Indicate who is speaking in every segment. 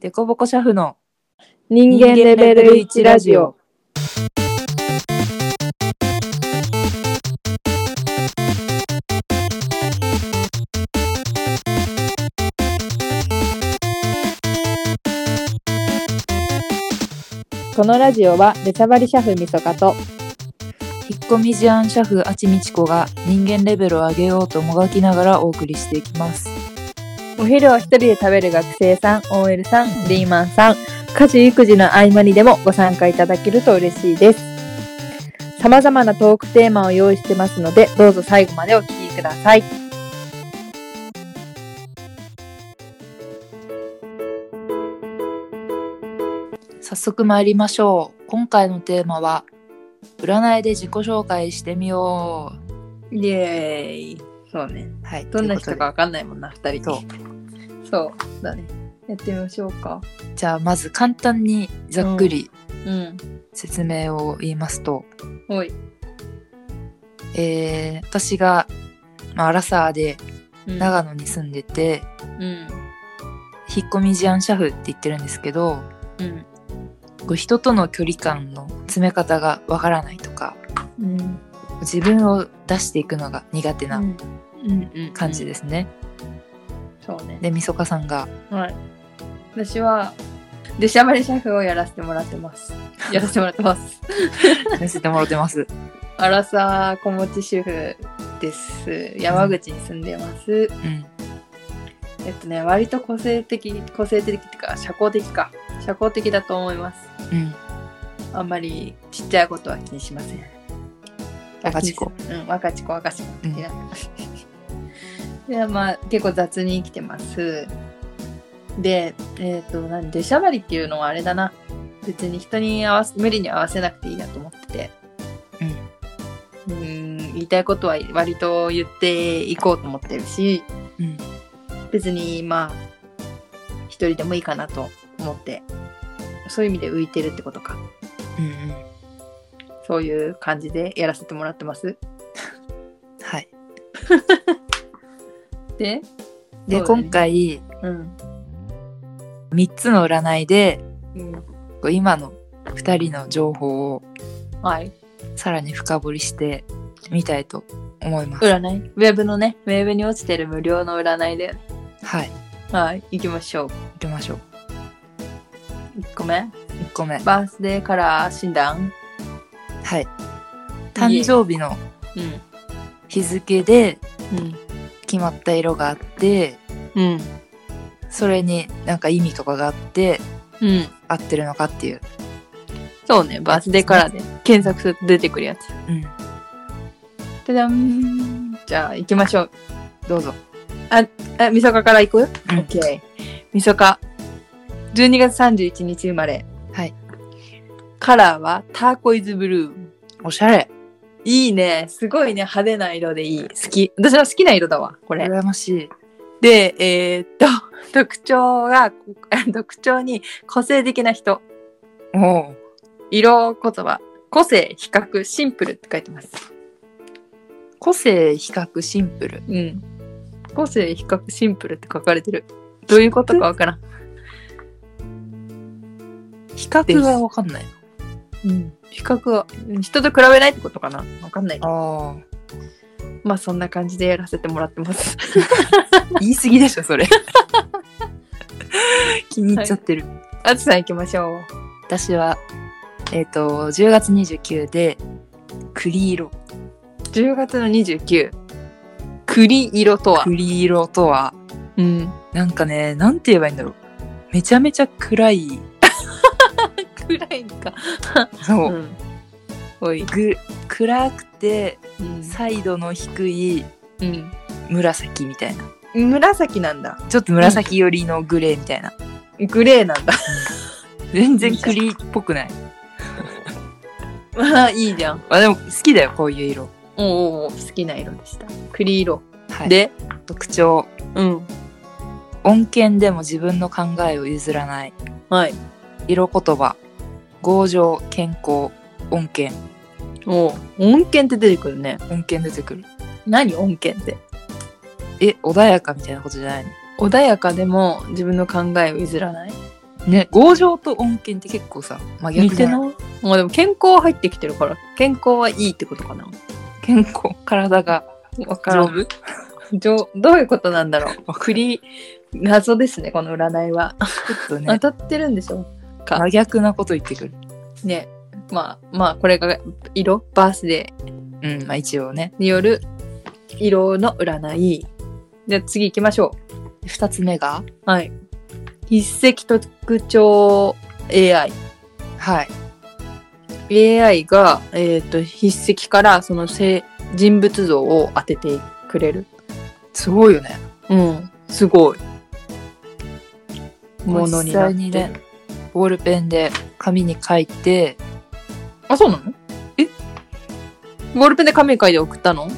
Speaker 1: デコボコシャフの
Speaker 2: 人間レベル1ラジオ。このラジオは、出しゃばりシャフみそかと、
Speaker 1: 引っ込み思案シャフあちみちこが人間レベルを上げようともがきながらお送りしていきます。
Speaker 2: お昼を一人で食べる学生さん、OL さん、リーマンさん、家事育児の合間にでもご参加いただけると嬉しいです。様々なトークテーマを用意してますので、どうぞ最後までお聞きください。
Speaker 1: 早速参りましょう。今回のテーマは占いで自己紹介してみよ
Speaker 2: イエーイ。そうね。
Speaker 1: う。はい。
Speaker 2: どんな人か
Speaker 1: という
Speaker 2: わかんないもんな、二人
Speaker 1: と
Speaker 2: と。そう。だね。やってみましょうか。
Speaker 1: ことでじゃあまず簡単にざっくり
Speaker 2: うん。
Speaker 1: 説明を言いますと、
Speaker 2: おい。
Speaker 1: えー私が、まあ、アラサーで
Speaker 2: うん
Speaker 1: 長野に住んでて、
Speaker 2: うん。
Speaker 1: 引っ込み思案シャフって言ってるんですけど、
Speaker 2: うん。
Speaker 1: こう人との距離感の詰め方がわからないとか
Speaker 2: うん。
Speaker 1: 自分を出していくのが苦手な
Speaker 2: うん。うん。。
Speaker 1: 感じですすね、
Speaker 2: そうね。
Speaker 1: でみそかさんが
Speaker 2: はい。私は、出しゃばりシャフをやらせてもらって ます。やらせてもらってます。
Speaker 1: 見せてもらってます
Speaker 2: アラサー子持ち主婦です。山口に住んでま す。
Speaker 1: うん
Speaker 2: えっとね、割と個性的、個性的っていうか、社交的か。社交的だと思います。
Speaker 1: うん
Speaker 2: あんまりちっちゃいことは気にしません。
Speaker 1: 若ちこ。
Speaker 2: うん、若ちこ若ちこ
Speaker 1: うん
Speaker 2: 的な。いや、まあ、結構雑に生きてます。で、えっ、と、なんで、しゃばりっていうのはあれだな。別に人に合わせ、無理に合わせなくていいなと思ってて。
Speaker 1: うん
Speaker 2: うーん、言いたいことは割と言っていこうと思ってるし、
Speaker 1: うん
Speaker 2: 別に、まあ、一人でもいいかなと思って、そういう意味で浮いてるってことか。
Speaker 1: うんうん
Speaker 2: そういう感じでやらせてもらってます。
Speaker 1: はいで、
Speaker 2: で、そうだね
Speaker 1: 今回
Speaker 2: うん。
Speaker 1: 3つの占いで
Speaker 2: うん、
Speaker 1: こう今の2人の情報を
Speaker 2: はい。
Speaker 1: さらに深掘りしてみたいと思います、
Speaker 2: 占いウェブのね、ウェブに落ちてる無料の占いで、
Speaker 1: はい
Speaker 2: はい、行きましょう。
Speaker 1: 行きましょう
Speaker 2: 1個目。
Speaker 1: 1個目
Speaker 2: バースデーカラー診断。
Speaker 1: はい誕生日の
Speaker 2: う
Speaker 1: 日付で
Speaker 2: ん。
Speaker 1: 決まった色があって
Speaker 2: うん。うん。
Speaker 1: それになんか意味とかがあって
Speaker 2: うん。
Speaker 1: 合ってるのかっていう、
Speaker 2: そうね、バースデーカラーで検索すると出てくるやつ。
Speaker 1: うん、
Speaker 2: ただん。じゃあ、行きましょう。
Speaker 1: どうぞ、
Speaker 2: え、みそかから行く
Speaker 1: うん
Speaker 2: オッケー。みそか。12月31日生まれ。
Speaker 1: はい。
Speaker 2: カラーはターコイズブルー。
Speaker 1: おしゃれ
Speaker 2: いいね。すごいね。派手な色でいい。好き。私の好きな色だわ、これ。
Speaker 1: 羨ましい
Speaker 2: で、えーっと、 特徴が、 こ特徴に個性的な人。
Speaker 1: おう
Speaker 2: 色言葉。個性、比較、シンプルって書いてます。
Speaker 1: 個性比較シンプル
Speaker 2: うん。個性、比較、シンプルって書かれてる。どういうことかわからん。
Speaker 1: 比較がわかんない
Speaker 2: うん。比較は、うん人と比べないってことかなわかんない。
Speaker 1: あ
Speaker 2: まあそんな感じでやらせてもらってます。
Speaker 1: 言い過ぎでしょそ れ気に入っちゃってる、
Speaker 2: あつさん行きましょう。
Speaker 1: 私はえっ、と10月29で栗色
Speaker 2: 10月の29。栗色とは。
Speaker 1: 栗色とは
Speaker 2: うん。
Speaker 1: なんかねなんて言えばいいんだろうめちゃめちゃ暗い
Speaker 2: 暗いのか。
Speaker 1: そう、
Speaker 2: ん。おい。
Speaker 1: ぐ暗くて
Speaker 2: うん
Speaker 1: サイドの低い紫みたいな
Speaker 2: うん。紫なんだ。
Speaker 1: ちょっと紫寄りのグレーみたいな、
Speaker 2: グレーなんだ。
Speaker 1: 全然栗っぽくない
Speaker 2: まあいいじゃん。
Speaker 1: あでも好きだよこういう色
Speaker 2: おうおうおう好きな色でした。栗色。
Speaker 1: はい
Speaker 2: で、
Speaker 1: 特徴
Speaker 2: うん。
Speaker 1: 穏健でも自分の考えを譲らない
Speaker 2: はい。
Speaker 1: 色言葉強情健康穏健
Speaker 2: おう恩犬って出てくるね。
Speaker 1: 穏健出てくる
Speaker 2: 何恩犬って。
Speaker 1: え穏やかみたいなことじゃないの
Speaker 2: 穏やかでも自分の考えを譲らない
Speaker 1: ね、強情と恩恵って結構さ、真逆
Speaker 2: 似
Speaker 1: じ
Speaker 2: て
Speaker 1: ゃない
Speaker 2: ないまあでも健康入ってきてるから、健康はいいってことかな。
Speaker 1: 健康、体が
Speaker 2: わから
Speaker 1: 丈
Speaker 2: ん。
Speaker 1: 夫
Speaker 2: じょどういうことなん だろう。クリ、謎ですね、この占いは。
Speaker 1: ちょっと
Speaker 2: 当
Speaker 1: ね、
Speaker 2: たってるんでしょ
Speaker 1: 真逆なこと言ってくる。
Speaker 2: ね。まあ、まあ、これが色、バースデ
Speaker 1: うん、まあ一応ね。
Speaker 2: ーによる色の占い。じゃあ次行きましょ
Speaker 1: 二つ目が、
Speaker 2: う。はい。筆跡特徴 AI。
Speaker 1: はい。
Speaker 2: AI が、えっ、と、筆跡からその性人物像を当ててくれる。
Speaker 1: すごいよね。
Speaker 2: うん。すごい。ものになっ
Speaker 1: 実際に
Speaker 2: て
Speaker 1: ね
Speaker 2: る。
Speaker 1: ボールペンで紙に書いて、
Speaker 2: あ、そうなのえボールペンで紙に書いて送ったの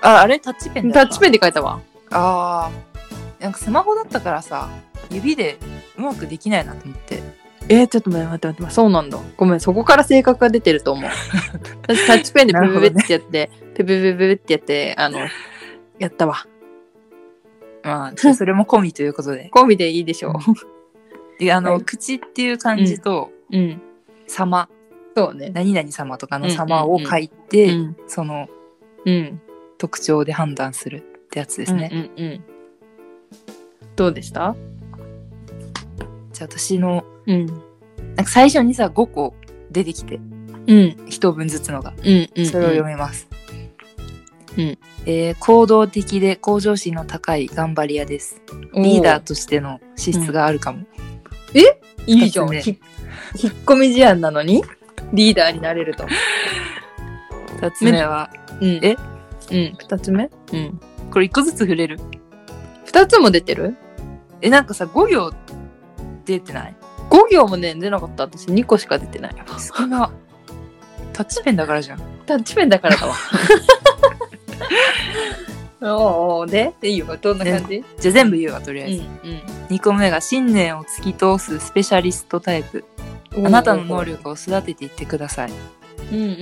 Speaker 1: あ、あれタッチペン
Speaker 2: タ
Speaker 1: だった
Speaker 2: ッチペンで書いたわ。
Speaker 1: ああ。なんかスマホだったからさ、指でうまくできないなと思って。
Speaker 2: えー、ちょっと待って待って待って。そうなんだ。ごめん、そこから性格が出てる と思う。私タッチペンでペペペペってやって、ペペペペペってやって、あの、やったわ。
Speaker 1: まあ、ちょっとそれも込みという ことで。
Speaker 2: コンビでいいでしょ
Speaker 1: で、あの、
Speaker 2: はい
Speaker 1: 口っていう漢字と、
Speaker 2: う。うん。
Speaker 1: 様、
Speaker 2: そうね。
Speaker 1: 何々様とかの
Speaker 2: うんうんうん
Speaker 1: 様を書いうて、
Speaker 2: ん。
Speaker 1: その
Speaker 2: うん。
Speaker 1: 特徴で判断するってやつですね。
Speaker 2: うんうんうん。どうでした
Speaker 1: じゃあ私の、
Speaker 2: うん。
Speaker 1: なんか最初にさ、5個出てきて、
Speaker 2: うん。
Speaker 1: 1文ずつのが。
Speaker 2: うんうん。
Speaker 1: それを読みます。
Speaker 2: うん
Speaker 1: えー行動的で向上心の高い頑張り屋です。リーダーとしての資質があるかも。
Speaker 2: ー。いいじゃん。
Speaker 1: 二つ
Speaker 2: ひ引っ込み思案なのに、リーダーになれると。
Speaker 1: 二つ目は、
Speaker 2: うん
Speaker 1: え
Speaker 2: うん。二つ目うん。
Speaker 1: これ一個ずつ触れる。
Speaker 2: 二つも出てる
Speaker 1: え、なんかさ、5行出てない
Speaker 2: ?5 行もね、出なかった。私2個しか出てない。
Speaker 1: 少 な。タッチペンだからじゃん。
Speaker 2: タッチペンだから だわ。おうおうででいいよ。どんな感じ
Speaker 1: じゃあ全部言うわ、とりあ
Speaker 2: う
Speaker 1: えず。
Speaker 2: ん
Speaker 1: 二2個目が信念を突き通すスペシャリストタイプ。
Speaker 2: うん。
Speaker 1: あなたの能。力を育てていってください。
Speaker 2: うんうんうん。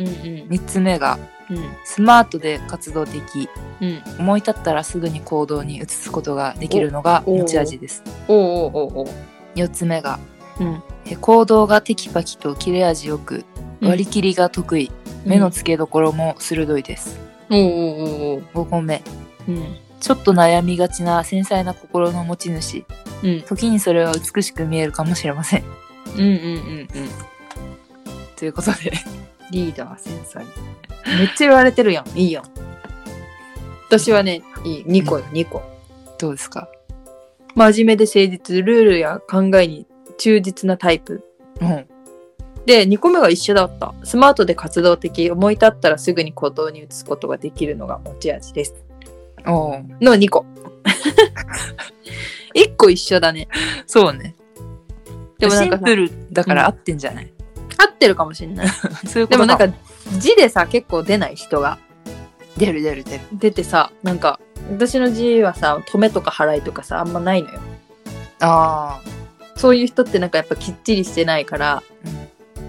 Speaker 1: 3つ目が
Speaker 2: うん
Speaker 1: スマートで活動的。
Speaker 2: うん。
Speaker 1: 思い立ったらすぐに行動に移すことができるのが
Speaker 2: お
Speaker 1: 持ち味です。
Speaker 2: おうおうおうおう。
Speaker 1: 4つ目が、
Speaker 2: うん
Speaker 1: え行動がテキパキと切れ味よく割り切りが得意、目の付けどころも鋭いです。
Speaker 2: おうおうおうおう。
Speaker 1: 5個目
Speaker 2: うん。
Speaker 1: ちょっと悩みがちな繊細な心の持ち主
Speaker 2: うん。
Speaker 1: 時にそれは美しく見えるかもしれません。
Speaker 2: うんうんうんうん。
Speaker 1: ということで
Speaker 2: リーダー繊細。めっちゃ言われてるやん。いいやん。私はね、いい。2個よ、2個。
Speaker 1: どうですか
Speaker 2: 真面目で誠実、ルールや考えに忠実なタイプ。
Speaker 1: うん
Speaker 2: で、2個目が一緒だった。スマートで活動的、思い立ったらすぐに行動に移すことができるのが持ち味です。
Speaker 1: おう
Speaker 2: の2個。1個一緒だね。
Speaker 1: そうね。で
Speaker 2: でも
Speaker 1: も
Speaker 2: な
Speaker 1: シ
Speaker 2: んか
Speaker 1: ン
Speaker 2: さ
Speaker 1: プルだから合ってんじゃない、
Speaker 2: 合ってるかもしんない。
Speaker 1: そういうこ
Speaker 2: で
Speaker 1: と
Speaker 2: もなん
Speaker 1: か
Speaker 2: か字でさ、結構出ない人が。
Speaker 1: 出る出る出る。
Speaker 2: 出てさ、なんか、私の字はさ、止めとか払いとかさ、あんまないのよ。
Speaker 1: ああ。
Speaker 2: そういう人ってなんかやっぱきっちりしてないから、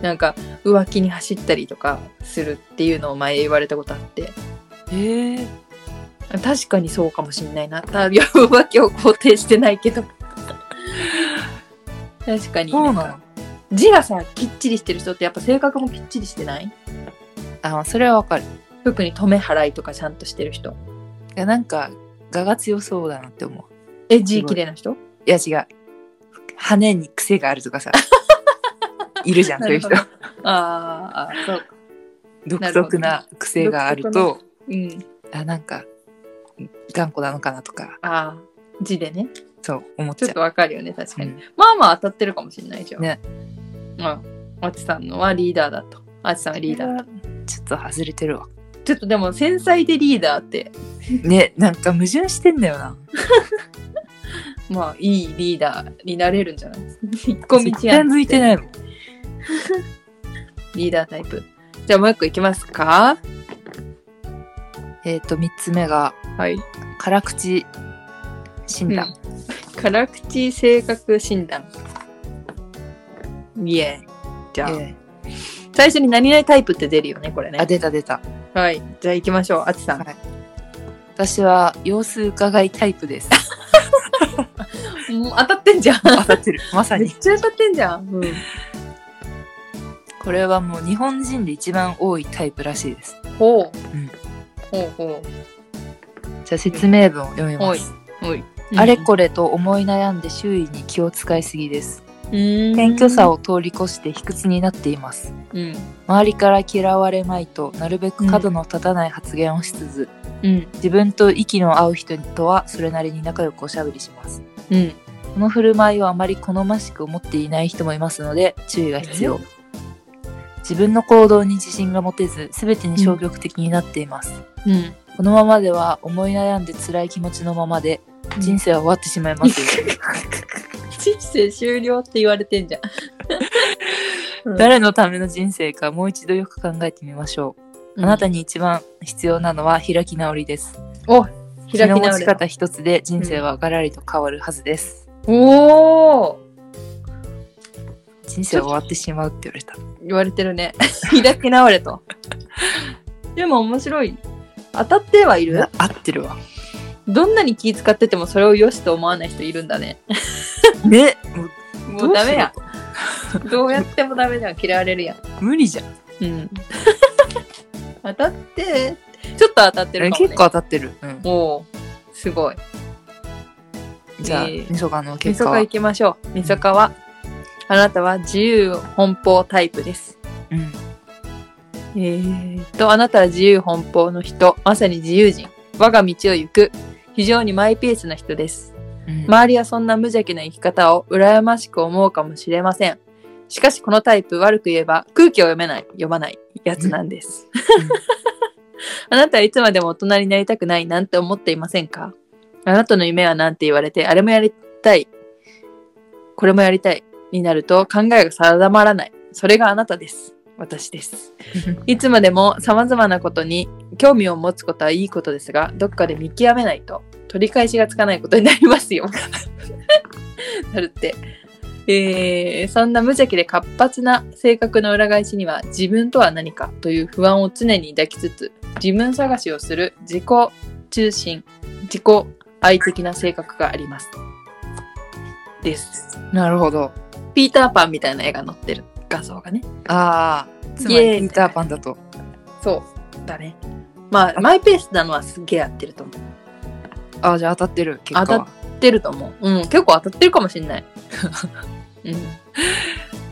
Speaker 2: なんか浮気に走ったりとかするっていうのを前言われたことあって、
Speaker 1: へえ。
Speaker 2: 確かにそうかもしんないな。たいや浮気を肯定してないけど。確かに
Speaker 1: そう
Speaker 2: な
Speaker 1: なんの
Speaker 2: か字がさ、きっちりしてる人ってやっぱ性格もきっちりしてない
Speaker 1: あーそれはわかる。
Speaker 2: 特に止め払いとかちゃんとしてる人。
Speaker 1: いやなんか我が強そうだなって思う
Speaker 2: え、字綺麗な人
Speaker 1: いや違う羽に癖があるとか さいるじゃんそういう人
Speaker 2: なるほどあーあー、そうか。
Speaker 1: 独特な癖があると
Speaker 2: うん。
Speaker 1: あなんか頑固なのかなとか
Speaker 2: ああ、字でね。
Speaker 1: そう思っち
Speaker 2: ちょっ
Speaker 1: ゃ
Speaker 2: とわかるよね、確
Speaker 1: う、
Speaker 2: かに。
Speaker 1: うん
Speaker 2: まあまあ当たってるかもしれないじゃん。
Speaker 1: ね。
Speaker 2: まあ、あちさんのはリーダーだと。あちさんはリーダーだと。
Speaker 1: ちょっと外れて るわ
Speaker 2: ちょっとでも繊細でリーダーって、
Speaker 1: ねなんか矛盾してんだよな
Speaker 2: まあいいリーダーになれるんじ ゃないですか。引っ込み
Speaker 1: 絶
Speaker 2: 思案
Speaker 1: 対向いてないもん
Speaker 2: リーダータイプ。じゃあもう一個いきますか
Speaker 1: えっ、と3つ目が
Speaker 2: はい。
Speaker 1: 辛口診断、
Speaker 2: 辛口性格診断。イエーイ。じゃあ、
Speaker 1: え
Speaker 2: 最初に何々タイプって出るよね、これ
Speaker 1: えあ
Speaker 2: ね。
Speaker 1: 出た出た
Speaker 2: はい。じゃあ行きましょう、あちさん。
Speaker 1: はい私は様子伺いタイプです
Speaker 2: ももう当たってんじゃん。
Speaker 1: 当たってる。まさ
Speaker 2: めっ
Speaker 1: に。
Speaker 2: ちゃ当たってんじゃん。うん。
Speaker 1: これはもう日本人で一番多いタイプらしいです。
Speaker 2: ほう。
Speaker 1: うん
Speaker 2: ほうほ
Speaker 1: じゃあ説明文を読みます。
Speaker 2: う。ほい。
Speaker 1: あれこれと思い悩んで周囲に気を使いすぎです。
Speaker 2: うん。
Speaker 1: 謙虚さを通り越して卑屈になっています。
Speaker 2: うん。
Speaker 1: 周りから嫌われまいとなるべく角の立たない発言をしつつ、
Speaker 2: うん。
Speaker 1: 自分と息の合う人とはそれなりに仲良くおしゃべりします。
Speaker 2: うん。
Speaker 1: この振る舞いをあまり好ましく思っていない人もいますので注意が必要。自分の行動に自信が持てず、全てに消極的になっています。
Speaker 2: うん。
Speaker 1: このままでは思い悩んで辛い気持ちのままで人生は終わってしまいますよ。
Speaker 2: 人生終了って言われてん じゃん。うん
Speaker 1: 誰のための人生かもう一度よく考えてみましょう。あなたに一番必要なのは開き直りです。
Speaker 2: お開き
Speaker 1: 気の
Speaker 2: 直
Speaker 1: 持ち
Speaker 2: れ。
Speaker 1: 方一つで人生はガラリと変わるはずです。
Speaker 2: おお
Speaker 1: 人生は終わってしまうって言われた。
Speaker 2: 言われてるね。 開き直れと。でも面白い。当たってはいる
Speaker 1: 合ってるわ。
Speaker 2: どんなに気使っててもそれを良しと思わない人いるんだね。
Speaker 1: ね
Speaker 2: もうダメや。どうやってもダメじゃん。嫌われるやん。
Speaker 1: 無理じゃん。
Speaker 2: うん。 当たって、ちょっと当たってるかも、ね。
Speaker 1: 結構当たってる。うん。
Speaker 2: おおすごい。
Speaker 1: じゃあ、
Speaker 2: えー
Speaker 1: みそかの
Speaker 2: み
Speaker 1: 結
Speaker 2: そ
Speaker 1: 果
Speaker 2: か
Speaker 1: は
Speaker 2: 行。きましょう。みそかは、あなたは自由奔放タイプです。
Speaker 1: うん。
Speaker 2: えーっと、あなたは自由奔放の人、まさに自由人、我が道を行く、非常にマイペースな人です。
Speaker 1: うん
Speaker 2: 周りはそんな無邪気な生き方を羨ましく思うかもしれません。しかしこのタイプ、悪く言えば空気を読めない、読まないやつなんです。 あなたはいつまでも大人になりたくないなんて思っていませんかあなたの夢はなんて言われて、あれもやりたい、これもやりたいになると考えが定まらない。それがあなたです。私です。いつまでも様々なことに興味を持つことはいいことですが、どっかで見極めないと取り返しがつかないことになりますよ。 なるって。えーそんな無邪気で活発な性格の裏返しには自分とは何かという不安を常に抱きつつ自分探しをする自己中心自己愛的な性格があります。です。
Speaker 1: なるほど。
Speaker 2: ピーターパンみたいな絵が載ってる画像がね。
Speaker 1: ああ、つま
Speaker 2: イエー
Speaker 1: り
Speaker 2: イ
Speaker 1: ピーターパンだと。
Speaker 2: そうだね。まあマイペースなのはすげえ合ってると思う。
Speaker 1: ああ、じゃあ当たってる。結果
Speaker 2: 当
Speaker 1: は。
Speaker 2: 合ってると思う。うん結構当たってるかもしんない。うん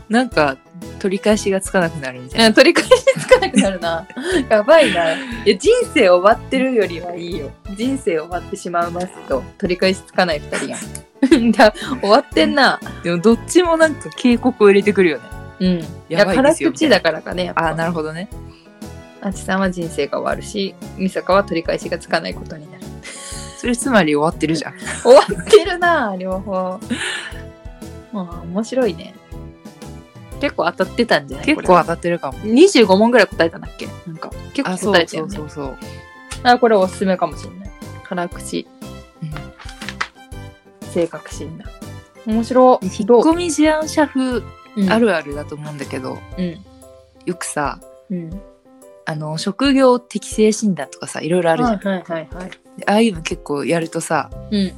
Speaker 1: なんか、取り返しがつかなくなるみたいな。
Speaker 2: うん、取り返しつかなくなるな。やばいな。いや、人生終わってるよりはいいよ。人生終わってしまいますと、取り返しつかない二人やん。 だ終わってんな。
Speaker 1: でもどっちもなんか警告を入れてくるよね。
Speaker 2: うん。いや、
Speaker 1: やばい
Speaker 2: 辛
Speaker 1: ですよ
Speaker 2: 口だからかね。やっぱ
Speaker 1: ああ、なるほどね。
Speaker 2: あちさんは人生が終わるし、みさかは取り返しがつかないことになる。
Speaker 1: それつまり終わってるじゃん。
Speaker 2: 終わってるな、両方。まあ、面白いね。結構当たってたんじゃない
Speaker 1: 結構当たってるかも。
Speaker 2: これ25問ぐらい答えたんだっけなんか、結
Speaker 1: あ、
Speaker 2: 構
Speaker 1: そ
Speaker 2: 答え
Speaker 1: う
Speaker 2: た
Speaker 1: そ
Speaker 2: よ
Speaker 1: う
Speaker 2: ね
Speaker 1: そ。うそう。
Speaker 2: あこれおすすめかもしれない辛口、性格診断面白い
Speaker 1: 引
Speaker 2: ど
Speaker 1: っ込み思案者風
Speaker 2: うん
Speaker 1: あるあるだと思うんだけど、
Speaker 2: うん
Speaker 1: よくさ、
Speaker 2: うん
Speaker 1: あの、職業適性診断とかさ、いろいろあるじゃん。
Speaker 2: はいはいはいはい
Speaker 1: ああいうの結構やるとさ、
Speaker 2: うん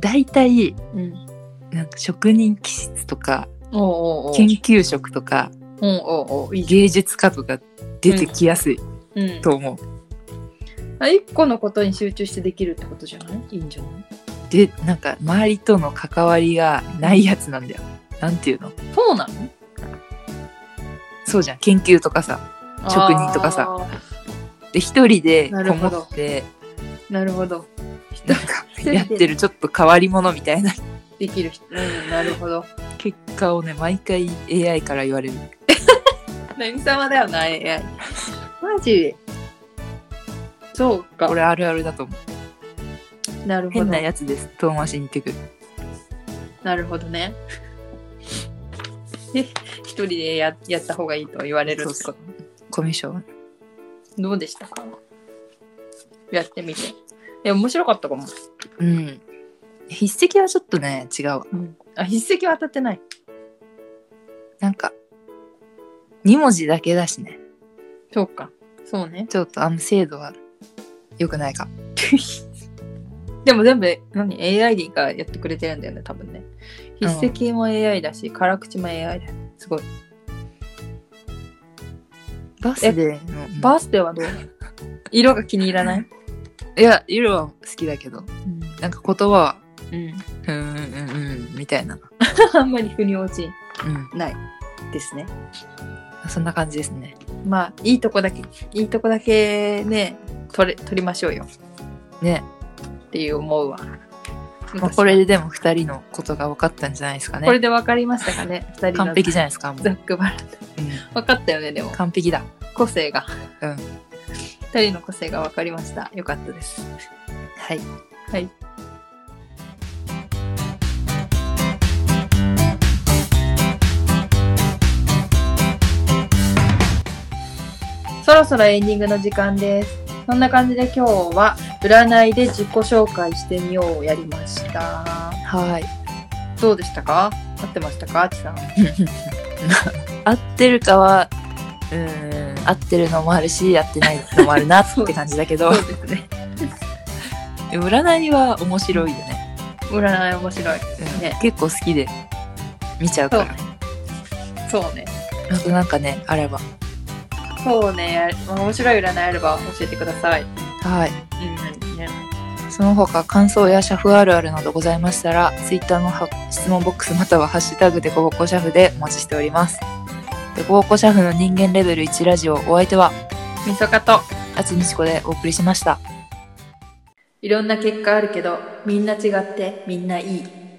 Speaker 1: 大体、
Speaker 2: うん
Speaker 1: なんか職人気質とか、
Speaker 2: おうおうおう
Speaker 1: 研究職とか、
Speaker 2: うんおうおういい
Speaker 1: 芸術家とか出てきやすい
Speaker 2: うん
Speaker 1: と思う。
Speaker 2: あ一個のことに集中してできるってことじゃないいいんじゃない
Speaker 1: で、なんか周りとの関わりがないやつなんだよ。なんていうの
Speaker 2: そうなの
Speaker 1: そうじゃん。研究とかさ。職人とかさ
Speaker 2: あ
Speaker 1: で、一人で
Speaker 2: なる
Speaker 1: こ
Speaker 2: ほ
Speaker 1: も
Speaker 2: ど
Speaker 1: って、
Speaker 2: ーなるほど
Speaker 1: なんかやってるちょっと変わり者みたいな
Speaker 2: できる人うんなるほど
Speaker 1: 結果をね毎回 AI から言われる
Speaker 2: なみさまだよな AI マジそうか
Speaker 1: これあるあるだと思う
Speaker 2: なるほど
Speaker 1: 変なやつです遠回しに言ってくる
Speaker 2: なるほどね。で一人でややった方がいいと言われる
Speaker 1: そうそうコミュ障
Speaker 2: どうでしたかやってみて。え、面白かったかも。
Speaker 1: うん筆跡はちょっとね違うわ
Speaker 2: あ、筆跡は当たってない。
Speaker 1: なんか2文字だけだしね
Speaker 2: そうか。そうね。
Speaker 1: ちょっとあの精度は良くないか
Speaker 2: でも全部何 AI がやってくれてるんだよね多分ね
Speaker 1: うん
Speaker 2: 筆跡も AI だし、辛口も AI だすごい
Speaker 1: バースデーの、
Speaker 2: バースデーはど う色が気に入らない、
Speaker 1: いや色は好きだけどなんか言葉は
Speaker 2: うん、
Speaker 1: うーんうんうんみたいな、
Speaker 2: あんまり腑に落ち
Speaker 1: うん、
Speaker 2: ないですね
Speaker 1: そんな感じですね
Speaker 2: まあいいとこだけいいとこだけね取れ取りましょうよ
Speaker 1: ね、
Speaker 2: っていう思うわ、
Speaker 1: まあ、これででも2人のことが分かったんじゃないですかね
Speaker 2: これで分かりましたかね二人の
Speaker 1: 完璧じゃないですかもう、
Speaker 2: ざっくばらん
Speaker 1: うん
Speaker 2: 分かったよねでも
Speaker 1: 完璧だ
Speaker 2: 個性が
Speaker 1: うん
Speaker 2: 2人の個性が分かりましたよかったです
Speaker 1: はい
Speaker 2: はいそろそろエンディングの時間ですそんな感じで今日は占いで自己紹介してみようをやりました
Speaker 1: はい
Speaker 2: どうでしたか合ってましたかあちさん
Speaker 1: 合ってるかはうーん合ってるのもあるし合ってないのもあるなって感じだけど
Speaker 2: そうですね
Speaker 1: でも占いは面白いよね、
Speaker 2: 占い面白い
Speaker 1: うん
Speaker 2: ね
Speaker 1: 結構好きで見ちゃう
Speaker 2: そ
Speaker 1: か
Speaker 2: う
Speaker 1: ら
Speaker 2: そうね
Speaker 1: あとなんかねあれば
Speaker 2: そうね、やまあ面白い占いあれば教えてください。う
Speaker 1: はい
Speaker 2: ん、ね、
Speaker 1: その他感想やシャフあるあるなどございましたら Twitter のは質問ボックスまたは「ハッシュタグでごぼこシャフ」でお待ちしておりますでごぼこシャフの人間レベル1ラジオお相手は
Speaker 2: みそかと、
Speaker 1: あつみちこでお送りしました
Speaker 2: いろんな結果あるけど、みんな違ってみんないい。